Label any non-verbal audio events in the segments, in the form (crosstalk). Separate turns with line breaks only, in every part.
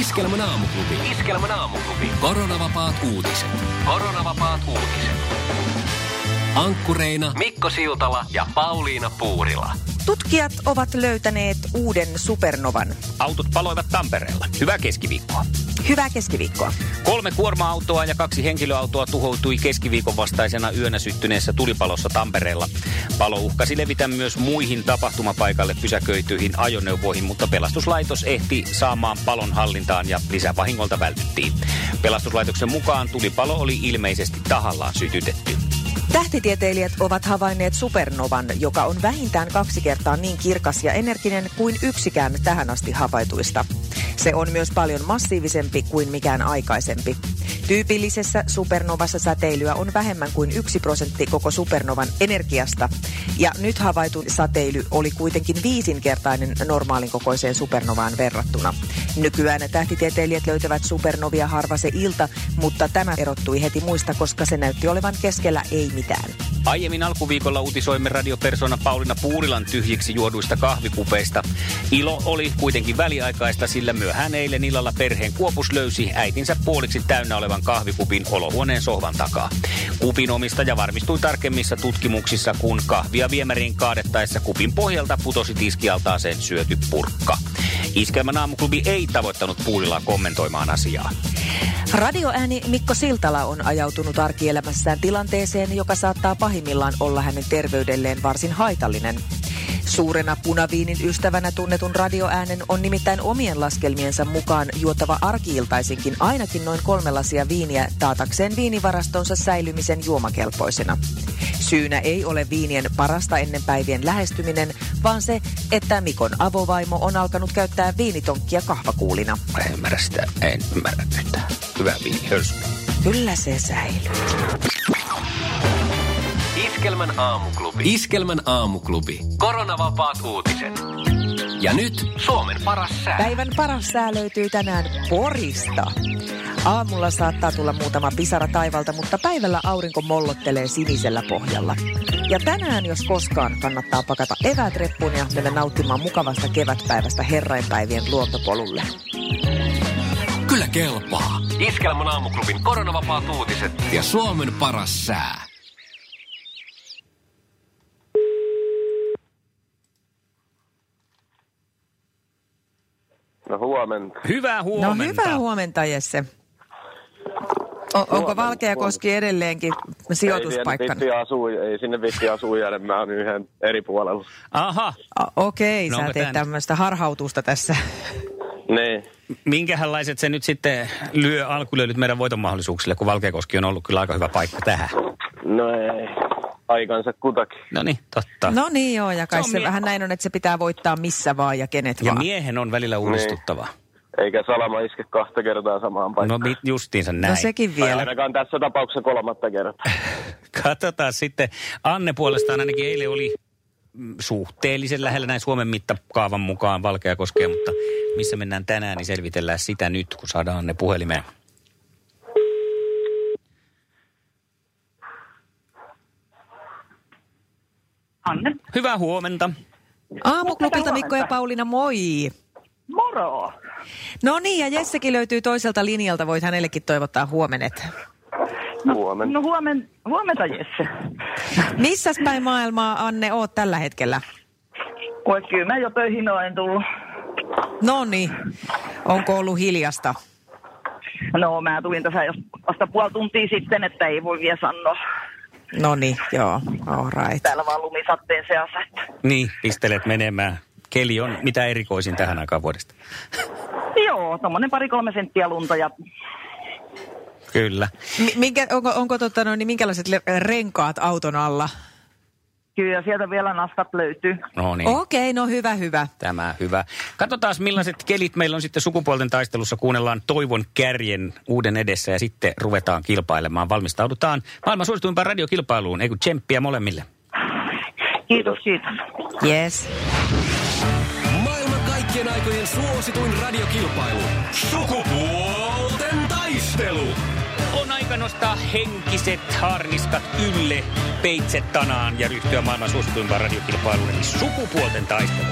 Iskelmän aamuklubi. Iskelmän aamuklubi. Koronavapaat uutiset. Koronavapaat uutiset. Ankkureina Mikko Siltala ja Pauliina Puurila.
Tutkijat ovat löytäneet uuden supernovan.
Autot paloivat Tampereella. Hyvää keskiviikkoa.
Hyvää keskiviikkoa.
Kolme kuorma-autoa ja kaksi henkilöautoa tuhoutui keskiviikon vastaisena yönä syttyneessä tulipalossa Tampereella. Palo uhkasi levitä myös muihin tapahtumapaikalle pysäköityihin ajoneuvoihin, mutta pelastuslaitos ehti saamaan palon hallintaan ja lisävahingolta vältyttiin. Pelastuslaitoksen mukaan tulipalo oli ilmeisesti tahallaan sytytetty.
Tähtitieteilijät ovat havainneet supernovan, joka on vähintään kaksi kertaa niin kirkas ja energinen kuin yksikään tähän asti havaituista. Se on myös paljon massiivisempi kuin mikään aikaisempi. Tyypillisessä supernovassa säteilyä on vähemmän kuin yksi prosentti koko supernovan energiasta. Ja nyt havaitu säteily oli kuitenkin viisinkertainen normaalin kokoiseen supernovaan verrattuna. Nykyään tähtitieteilijät löytävät supernovia harva se ilta, mutta tämä erottui heti muista, koska se näytti olevan keskellä ei mitään.
Aiemmin alkuviikolla uutisoimme radiopersona Paulina Puurilan tyhjiksi juoduista kahvikupeista. Ilo oli kuitenkin väliaikaista, sillä myöhään eilen illalla perheen kuopus löysi äitinsä puoliksi täynnä olevan kahvikupin olohuoneen sohvan takaa. Kupin omistaja varmistui tarkemmissa tutkimuksissa, kun kahvia viemäriin kaadettaessa kupin pohjalta putosi tiskialtaaseen syöty purkka. Iskelmän aamuklubi ei tavoittanut Puurilaa kommentoimaan asiaa.
Radioääni Mikko Siltala on ajautunut arkielämässään tilanteeseen, joka saattaa pahimmillaan olla hänen terveydelleen varsin haitallinen. Suurena punaviinin ystävänä tunnetun radioäänen on nimittäin omien laskelmiensa mukaan juotava arkiiltaisinkin ainakin noin kolme lasia viiniä taatakseen viinivarastonsa säilymisen juomakelpoisena. Syynä ei ole viinien parasta ennen päivien lähestyminen, vaan se, että Mikon avovaimo on alkanut käyttää viinitonkkia kahvakuulina.
Mä en ymmärrä sitä, en ymmärrä yhtään. Hyvä viini, hörsky.
Kyllä se säilyy.
Iskelmän aamuklubi. Iskelmän aamuklubi. Koronavapaat uutiset. Ja nyt Suomen paras sää.
Päivän paras sää löytyy tänään Porista. Aamulla saattaa tulla muutama pisara taivalta, mutta päivällä aurinko mollottelee sinisellä pohjalla. Ja tänään, jos koskaan, kannattaa pakata eväät reppuun ja mennä nauttimaan mukavasta kevätpäivästä herrainpäivien luontopolulle.
No
Kyllä kelpaa. Iskelmän aamuklubin koronavapaat uutiset. Ja Suomen paras sää.
No huomenta.
Hyvää
No
huomenta.
hyvää huomenta, Jesse. O- onko
Huomenta,
Valkeakoski edelleenkin
Ei,
sijoituspaikkana?
sinne vitti asuu, ei sinne vitti asuu jäädä, mä oon yhden eri puolella.
Aha,
O- Okei,
No
sä
onko
teet
tää nyt-
tämmöistä harhautusta tässä.
Niin.
minkähänlaiset se nyt sitten lyö alkulöylyt meidän voitonmahdollisuuksille, kun Valkeakoski on ollut kyllä aika hyvä paikka tähän.
No ei. Aikansa kutakin.
No niin, totta.
No niin joo, ja kai
Se on
se,
mie-
vähän näin on, että se pitää voittaa missä vaan ja kenet
ja
vaan.
miehen on välillä uudistuttava.
Eikä salama iske kahta kertaa samaan
No
Niin.
paikkaan.
mi- justiinsa näin.
no sekin
tai
vielä.
ainakaan tässä tapauksessa kolmatta kertaa.
Katsotaan sitten. Anne puolestaan ainakin eilen oli mm, suhteellisen lähellä näin Suomen mittakaavan mukaan Valkeakoskea, mutta missä mennään tänään, niin selvitellään sitä nyt, kun saadaan Anne puhelimeen.
Anne.
Hyvää huomenta.
Aamuklubilta
Huomenta.
Mikko ja Pauliina, moi!
Moro!
No niin, ja Jessekin löytyy toiselta linjalta, voit hänellekin toivottaa huomenet.
Huomenna.
No huomen, huomenta Jesse.
Missäs päin maailmaa, Anne, oot tällä hetkellä?
Voi kyllä mä jo töihin olen tullut.
No niin, onko ollut hiljasta?
No mä tulin tässä jos vasta puoli tuntia sitten, että ei voi vielä sanoa.
No niin, joo, all right.
Täällä vaan lumisatteen seassa. että-
Niin, pistelet menemään. Keli on mitä erikoisin tähän aikaan vuodesta.
Joo, tommonen pari-kolme senttiä lunta ja
Kyllä.
M- minkä, onko, onko tota, no, niin minkälaiset le- renkaat auton alla?
Kyllä sieltä vielä naskat löytyy.
No niin.
Okei, no hyvä, hyvä.
Tämä hyvä. Katsotaan millaiset kelit meillä on sitten sukupuolten taistelussa. Kuunnellaan Toivon kärjen uuden edessä ja sitten ruvetaan kilpailemaan. Valmistaudutaan maailman suosituimpaan radiokilpailuun. Ei kun tsemppiä molemmille.
Kiitos, kiitos.
Yes.
Maailman kaikkien aikojen suosituin radiokilpailu. Sukupuolten taistelu.
On aika nostaa henkiset harniskat ylle peitset tanaan ja ryhtyä maailman suosituimpaan radiokilpailuun. Eli sukupuolten
Niin
taistelu.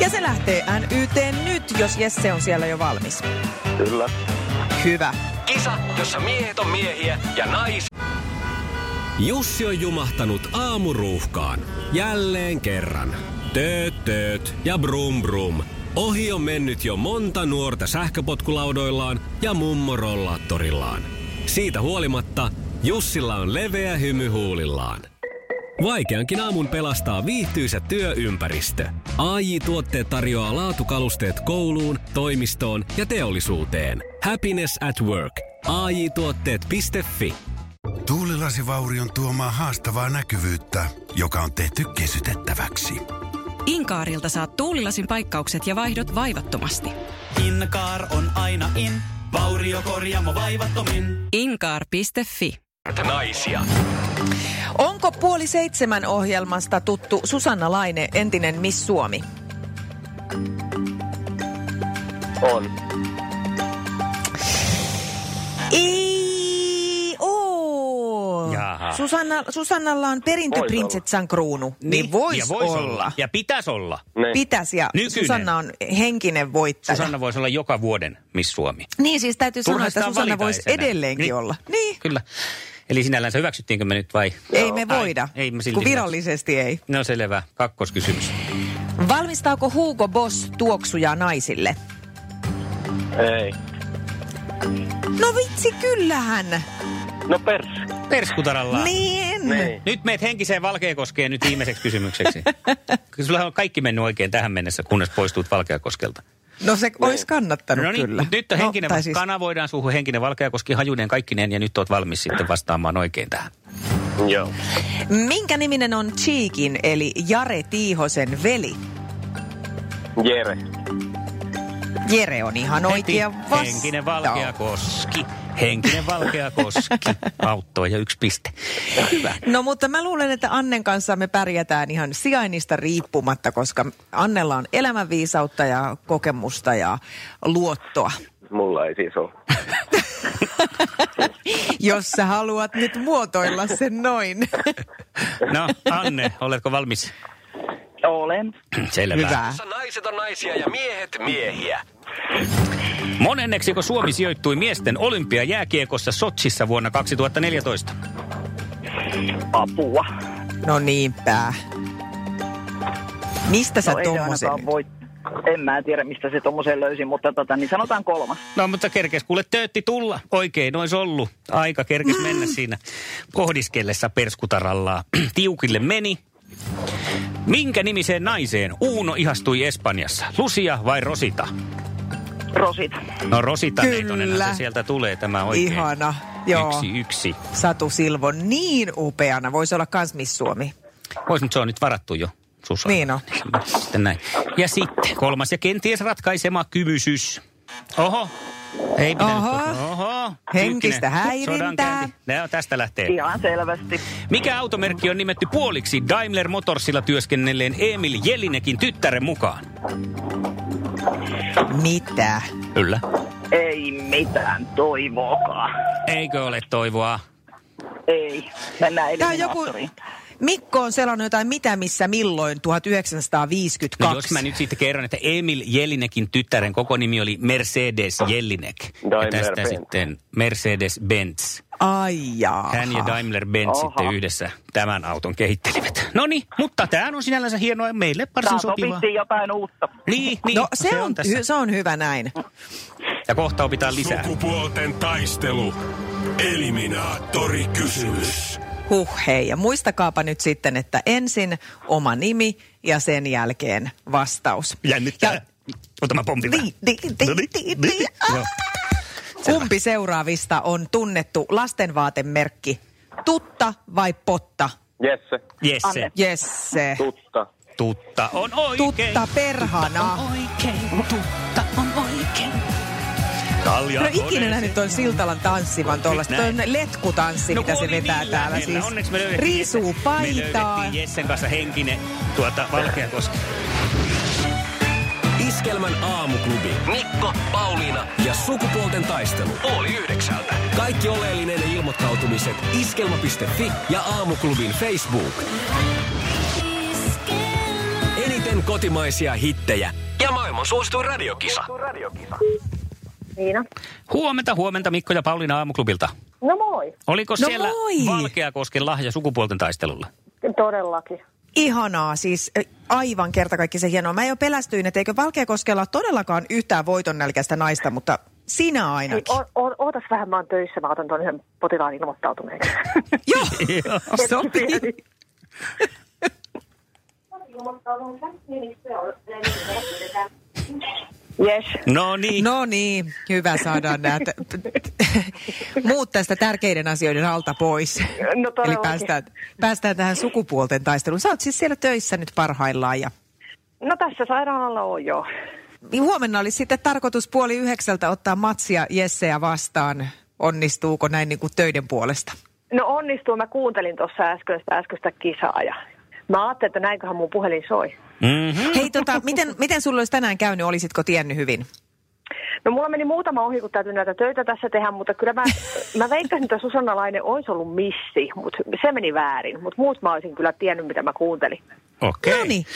Ja se lähtee NYT nyt, jos Jesse on siellä jo valmis.
Kyllä.
Hyvä.
Kisa, jossa miehet on miehiä ja nais... Jussi on jumahtanut aamuruuhkaan. Jälleen kerran. Tööt, tööt ja brum brum. Ohi on mennyt jo monta nuorta sähköpotkulaudoillaan ja mummorollaattorillaan. Siitä huolimatta Jussilla on leveä hymy huulillaan. Vaikeankin aamun pelastaa viihtyisä työympäristö. AI Tuotteet tarjoaa laatukalusteet kouluun, toimistoon ja teollisuuteen. Happiness at work. AJ Tuotteet.fi
Tuulilasivaurion tuomaa haastavaa näkyvyyttä, joka on tehty kesytettäväksi.
Inkaarilta saat tuulilasin paikkaukset ja vaihdot vaivattomasti.
Inkaar on aina in, vauriokorjaamo vaivattomin.
Inkaar.fi
Naisia.
Onko puoli seitsemän ohjelmasta tuttu Susanna Laine, entinen Miss Suomi?
On.
Ei oo.
Jaha.
Susanna, Susannalla on perintöprinsessan kruunu, niin, niin
ja
voisi
vois
olla.
Ja pitäisi olla.
Niin.
Pitäisi ja
Nykyinen.
Susanna on henkinen voittaja.
Susanna voisi olla joka vuoden Miss Suomi.
Niin siis täytyy sanoa,
Turha
että
sitä on
Susanna
valita
voisi
enää.
edelleenkin
Niin.
olla. Niin,
Kyllä. Eli sinällänsä hyväksyttiinkö me nyt vai?
ei me voida,
Ai, ei me silti
kun
voida.
virallisesti ei.
No selvä. Kakkoskysymys.
Valmistaako Hugo Boss tuoksuja naisille?
Ei.
No vitsi, kyllähän.
No pers.
Perskutaralla.
Niin.
Niin.
Nyt meet henkiseen Valkeakoskeen nyt viimeiseksi kysymykseksi.
(laughs)
Kyllä Sulla on kaikki mennyt oikein tähän mennessä, kunnes poistut Valkeakoskelta.
No se olisi kannattanut
No niin,
kyllä.
mutta nyt on henkinen,
no,
no,
tai siis,
kanavoidaan suuhun henkinen Valkeakoski hajunen kaikkineen ja nyt oot valmis sitten vastaamaan oikein tähän.
Joo.
Minkä niminen on Cheekin eli Jare Tiihosen veli?
Jere.
Jere on ihan oikea
Heti
vastaus.
Henkinen Valkeakoski. Henkinen
(laughs)
Valkeakoski. Auttoi ja yksi piste. Hyvä.
No mutta mä luulen, että Annen kanssa me pärjätään ihan sijainnista riippumatta, koska Annella on elämänviisautta ja kokemusta ja luottoa. (laughs)
Mulla ei siis ole.
Jos sä haluat nyt muotoilla sen noin.
No, Anne, oletko valmis? (clears throat)
Olen.
Selvä.
Hyvä.
Naiset on naisia ja miehet miehiä.
Monenneksiko Suomi sijoittui miesten olympiajääkiekossa Sotsissa vuonna 2014?
Apua.
No niinpä. Mistä sä
no ei se
tommosen
ainakaan
nyt?
voi. En mä tiedä, mistä se tommosen löysi, mutta tota, niin sanotaan kolmas.
No mutta kerkes kuule töötti tulla. Oikein ois ollut. Aika kerkes
Mm.
mennä siinä pohdiskellessa perskutarallaa. (clears throat) Tiukille meni. Minkä nimiseen naiseen Uuno ihastui Espanjassa? Lucia vai Rosita?
Rosit.
No Rosita
Kyllä.
Neitonenhan se sieltä tulee tämä oikein.
Ihana. Joo.
Yksi yksi.
Satu Silvo niin upeana. Voisi olla kans Miss Suomi.
Vois, mutta se on nyt varattu jo. Susanna.
Niin on.
Sitten näin. Ja sitten kolmas ja kenties ratkaisema kyvysys. Oho. Ei pitänyt
Oho.
puhua. Oho.
Henkistä
Tyyppinen
häirintää.
sodankäynti. No, tästä lähtee.
Ihan selvästi.
Mikä automerkki on nimetty puoliksi Daimler Motorsilla työskennelleen Emil Jelinekin tyttären mukaan?
Mitä?
Kyllä.
Ei mitään toivoakaan.
Eikö ole toivoa?
Ei. Mennään
Tää on joku...
eliminaattoriin.
Mikko on selannut jotain mitä missä milloin 1952.
No jos mä nyt sitten kerron, että Emil Jelinekin tyttären koko nimi oli Mercedes Jelinek. ja
Daimler
tästä
Benz.
sitten Mercedes-Benz.
Ai jaa.
Hän ja Daimler-Benz
Oho.
sitten yhdessä tämän auton kehittelivät. No niin, mutta tämä on sinällänsä hienoa ja meille varsin
Tää
sopivaa.
sopittiin jotain uutta.
Niin, niin.
No se, on, hy- se on hyvä näin.
Ja kohta opitaan lisää.
Sukupuolten taistelu. Eliminaattori kysymys.
Huh hei, ja muistakaapa nyt sitten, että ensin oma nimi ja sen jälkeen vastaus.
Jännittää.
Ja-
Ota mä pompin vähän.
Di- di- di-
No niin,
di-
niin,
di-
joo.
Kumpi seuraavista on tunnettu lastenvaatemerkki? Tutta vai potta?
Jesse,
Jesse.
Anne.
Jesse.
tutta.
Tutta on oikein.
Tutta perhana.
Oikein, tutta on oikein.
Kalja
No ikinä nähnyt tuon Siltalan tanssivan tuollaista. Tuon
Näin.
No
No
letkutanssi, mitä
kun
se
oli
niin
vetää
niillä,
täällä
niillä.
siis.
Onneksi me löydettiin
Riisuu
Jesse- Me
paitaa.
löydettiin Jessen kanssa henkinen tuota, valkeakoski.
Iskelmän aamuklubi. Mikko, Pauliina ja sukupuolten taistelu. Oli yhdeksältä. Kaikki oleellinen ilmoittautumiset iskelma.fi ja aamuklubin Facebook. Eniten kotimaisia hittejä ja maailman suosituin radiokisa.
Niina.
Huomenta, huomenta Mikko ja Pauliina Aamuklubilta.
No moi.
Oliko
No
siellä
moi!
Valkeakosken lahja sukupuolten taistelulla?
Todellakin.
Ihanaa, siis ö, aivan kertakaikkisen hienoa. Mä jo pelästyin, että eikö Valkeakoskella ole todellakaan yhtään voitonnälkäistä naista, mutta sinä
Hei,
ainakin.
Niin,
(laughs)
o- o- ootas vähän, mä oon töissä, mä otan tuon yhden potilaan ilmoittautuneeksi.
Joo,
Joo.
sopii.
Yes.
No niin.
No niin, hyvä saadaan nämä t- muut tästä tärkeiden asioiden alta pois.
No
Eli
todellakin.
päästään, päästään tähän sukupuolten taisteluun. Sä oot siis siellä töissä nyt parhaillaan ja
No tässä sairaalalla on jo.
niin huomenna olisi sitten tarkoitus puoli yhdeksältä ottaa matsia Jesseä vastaan. Onnistuuko näin niin kuin töiden puolesta?
No onnistuu, mä kuuntelin tuossa äskeistä, äskeistä kisaa ja mä ajattelin, että näinköhän mun puhelin soi.
Mhm.
Mm-hmm.
Hei, tota, miten, miten sulla olisi tänään käynyt? Olisitko tiennyt hyvin?
No mulla meni muutama ohi, kun täytyy näitä töitä tässä tehdä, mutta kyllä mä, mä veikkasin, että Susanna Laine olisi ollut missi, mutta se meni väärin. Mutta muut mä olisin kyllä tiennyt, mitä mä kuuntelin.
Okei.
No niin.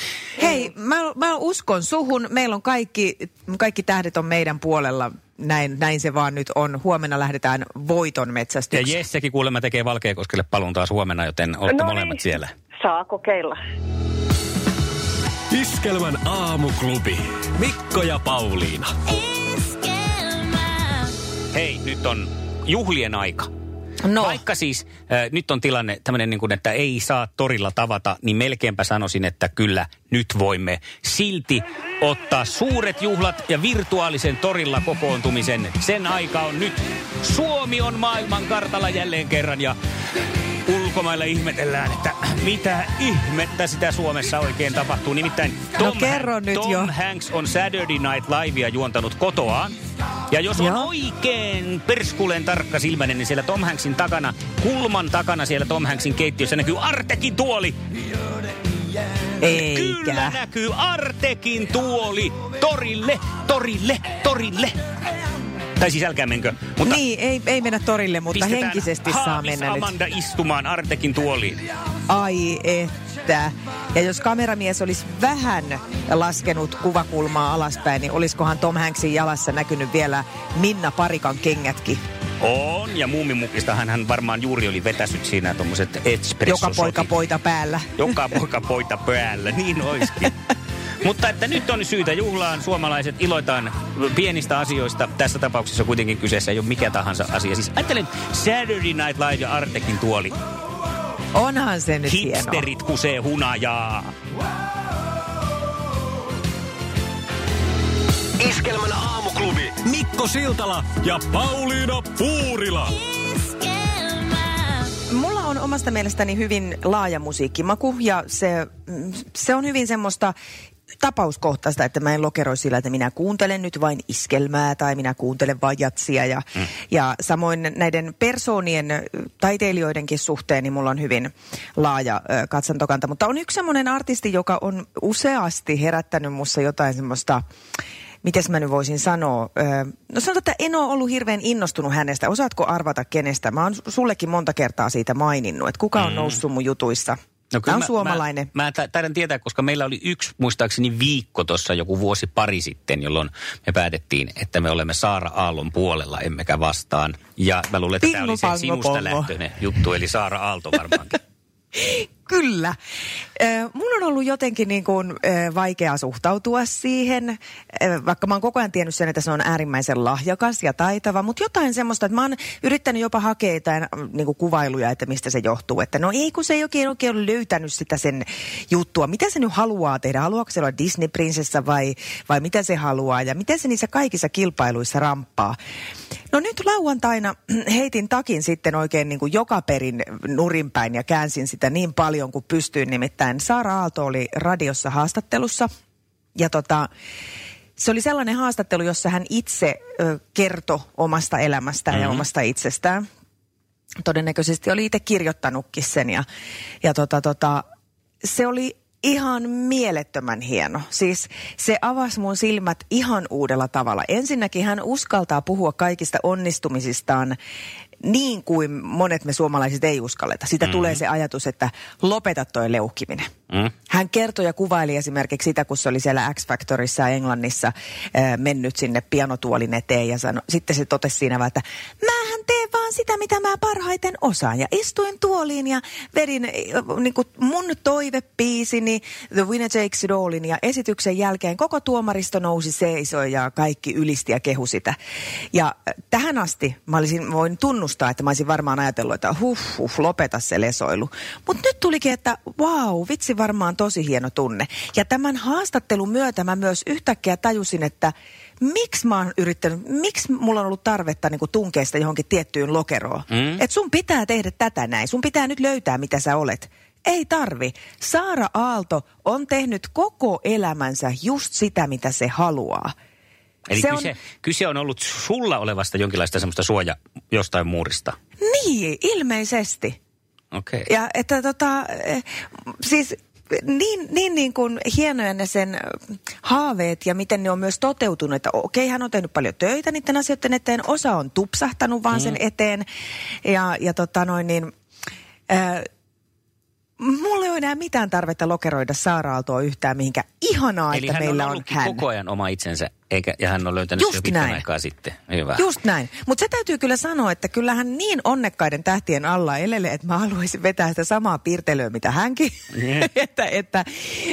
Hei, mä, mä uskon suhun. Meillä on kaikki, kaikki tähdet on meidän puolella. Näin, näin se vaan nyt on. Huomenna lähdetään voiton
Ja
metsästykseen.
Jessekin kuulemma tekee Valkeakoskelle paluun taas huomenna, joten olette no
niin.
molemmat siellä.
niin. Saa kokeilla.
Iskelmän aamuklubi. Mikko ja Pauliina.
Hei, nyt on juhlien aika.
No,
Vaikka siis äh, nyt on tilanne tämmöinen, niin kuin, että ei saa torilla tavata, niin melkeinpä sanoisin, että kyllä nyt voimme silti ottaa suuret juhlat ja virtuaalisen torilla kokoontumisen. Sen aika on nyt. Suomi on maailman kartalla jälleen kerran ja ulkomailla ihmetellään, että mitä ihmettä sitä Suomessa oikein tapahtuu. Nimittäin Tom,
No kerro nyt
Tom
jo.
Hanks on Saturday Night Livea juontanut kotoaan. Ja jos on
Joo.
oikein perskuleen tarkka silmäinen, niin siellä Tom Hanksin takana, kulman takana siellä Tom Hanksin keittiössä näkyy Artekin tuoli. Kyllä
eikä.
näkyy Artekin tuoli. Torille, torille, torille. Tai siis älkää menkö. Mutta
Niin, ei, ei mennä torille, mutta
pistetään
henkisesti saa
Haavis
mennä nyt.
Amanda istumaan Artekin tuoliin.
Ai että. Ja jos kameramies olisi vähän laskenut kuvakulmaa alaspäin, niin olisikohan Tom Hanksin jalassa näkynyt vielä Minna Parikan kengätkin.
On, ja muumimukista hän varmaan juuri oli vetäsyt siinä tuommoiset espresso
Joka poika poita päällä.
Joka poika poita päällä,
(laughs)
niin oiskin. Mutta että nyt on syytä juhlaan, suomalaiset iloitaan pienistä asioista. Tässä tapauksessa kuitenkin kyseessä ei ole mikä tahansa asia. Siis ajattelen Saturday Night Live ja Artekin tuoli.
Onhan se nyt hienoa.
Hipsterit kusee hunajaa.
Iskelmän aamuklubi. Mikko Siltala ja Pauliina Puurila.
Mulla on omasta mielestäni hyvin laaja musiikkimaku ja se, mm, se on hyvin semmoista tapauskohtaista, että mä en lokeroi sillä, että minä kuuntelen nyt vain iskelmää tai minä kuuntelen vain jatsia ja, mm. ja samoin näiden persoonien, ö, taiteilijoidenkin suhteen, niin mulla on hyvin laaja ö, katsantokanta, mutta on yksi semmoinen artisti, joka on useasti herättänyt mussa jotain semmoista mites mä nyt voisin sanoa, Öö, no sanotaan, että en ole ollut hirveän innostunut hänestä. Osaatko arvata kenestä? Mä oon su- sullekin monta kertaa siitä maininnut, että kuka on noussut mun jutuissa. No, Tämä on
Mm. mä-
suomalainen.
Mä, mä tä- taidan tietää, koska meillä oli yksi, muistaakseni viikko tuossa joku vuosi pari sitten, jolloin me päätettiin, että me olemme Saara Aallon puolella, emmekä vastaan. Ja mä luulen, että tämä oli se
Pingu, pangu,
sinusta
pongo.
lähtöinen juttu, eli Saara Aalto
(laughs)
varmaankin.
Kyllä. Ö, Mun on ollut jotenkin niin kuin ö, vaikea suhtautua siihen, ö, vaikka mä oon koko ajan tiennyt sen, että se on äärimmäisen lahjakas ja taitava, mutta jotain semmoista, että mä oon yrittänyt jopa hakea jotain mm, niin kuin kuvailuja, että mistä se johtuu. Että no ei, kun se ei oikein, oikein ole löytänyt sitä sen juttua. Mitä se nyt haluaa tehdä? Haluaako se olla Disney-prinsessa vai, vai mitä se haluaa? Ja miten se niissä kaikissa kilpailuissa ramppaa? No nyt lauantaina (clears throat) heitin takin sitten oikein niin kuin joka perin nurinpäin ja käänsin sitä niin paljon kuin pystyin. Nimittäin Saara Aalto oli radiossa haastattelussa ja tota, se oli sellainen haastattelu, jossa hän itse ö, kertoi omasta elämästään mm-hmm. ja omasta itsestään. Todennäköisesti oli itse kirjoittanutkin sen ja, ja tota, tota, se oli ihan mielettömän hieno. Siis se avasi mun silmät ihan uudella tavalla. Ensinnäkin hän uskaltaa puhua kaikista onnistumisistaan niin kuin monet me suomalaiset ei uskalleta. Sitä mm-hmm. tulee se ajatus, että lopeta toi leuhkiminen. Mm. Hän kertoi ja kuvaili esimerkiksi sitä, kun se oli siellä X-Factorissa Englannissa äh, mennyt sinne pianotuolin eteen ja sano, sitten se totesi siinä vaan, että mähän teen vaan sitä, mitä mä parhaiten osaan. Ja istuin tuoliin ja vedin äh, niin kuin mun toivepiisini The Winner Takes It Allin ja esityksen jälkeen koko tuomaristo nousi seisoi ja kaikki ylisti ja kehu sitä. Ja äh, tähän asti mä olisin voin tunnustaa, että mä olisin varmaan ajatellut, että huh, huh lopeta se lesoilu. Mutta nyt tulikin, että wow, vitsi varmaan tosi hieno tunne. Ja tämän haastattelun myötä mä myös yhtäkkiä tajusin, että miksi mä oon yrittänyt, miksi mulla on ollut tarvetta niin tunkeista johonkin tiettyyn lokeroon. Mm. Että sun pitää tehdä tätä näin, sun pitää nyt löytää mitä sä olet. Ei tarvi. Saara Aalto on tehnyt koko elämänsä just sitä, mitä se haluaa.
Eli
Se
se
on-
kyse, on... kyse on ollut sulla olevasta jonkinlaista semmoista suoja jostain muurista.
Niin, ilmeisesti.
Okei. Okay.
Ja että tota, eh, siis niin, niin, niin kuin hienoja ne sen eh, haaveet ja miten ne on myös toteutunut, että okei, hän on tehnyt paljon töitä niiden asioiden eteen, osa on tupsahtanut vaan mm. sen eteen ja, ja tota noin niin, äh, mulla ei ole enää mitään tarvetta lokeroida Saara-Aaltoa yhtään mihinkä ihanaa,
Eli
että
hän
meillä
on
on
ollutkin
hän.
koko ajan oma itsensä, eikä, ja hän on löytänyt
Just
sen jo pitkän
näin.
aikaa sitten. Hyvä.
Just näin. Mutta se täytyy kyllä sanoa, että kyllähän niin onnekkaiden tähtien alla elelee, että mä haluaisin vetää sitä samaa piirtelyä, mitä hänkin.
Mm.
(laughs) että, että,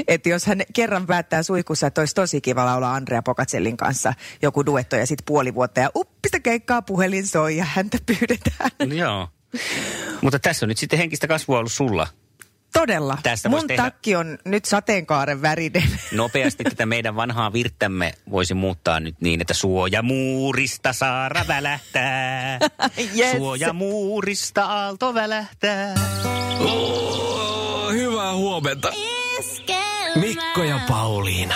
että jos hän kerran päättää suihkussa, että olisi tosi kiva olla Andrea Pokatsellin kanssa joku duetto ja sitten puoli vuotta ja uppista keikkaa puhelin soi ja häntä pyydetään.
Joo. Mutta tässä on nyt sitten henkistä kasvua ollut sulla.
Todella.
Tästä vois
Mun
tehdä- No
takki on nyt sateenkaaren värinen.
Nopeasti tätä meidän vanhaa virttämme voisi muuttaa nyt niin, että suojamuurista saara välähtää.
Yes.
Suojamuurista aalto välähtää.
Oh, hyvää huomenta. Mikko ja Pauliina.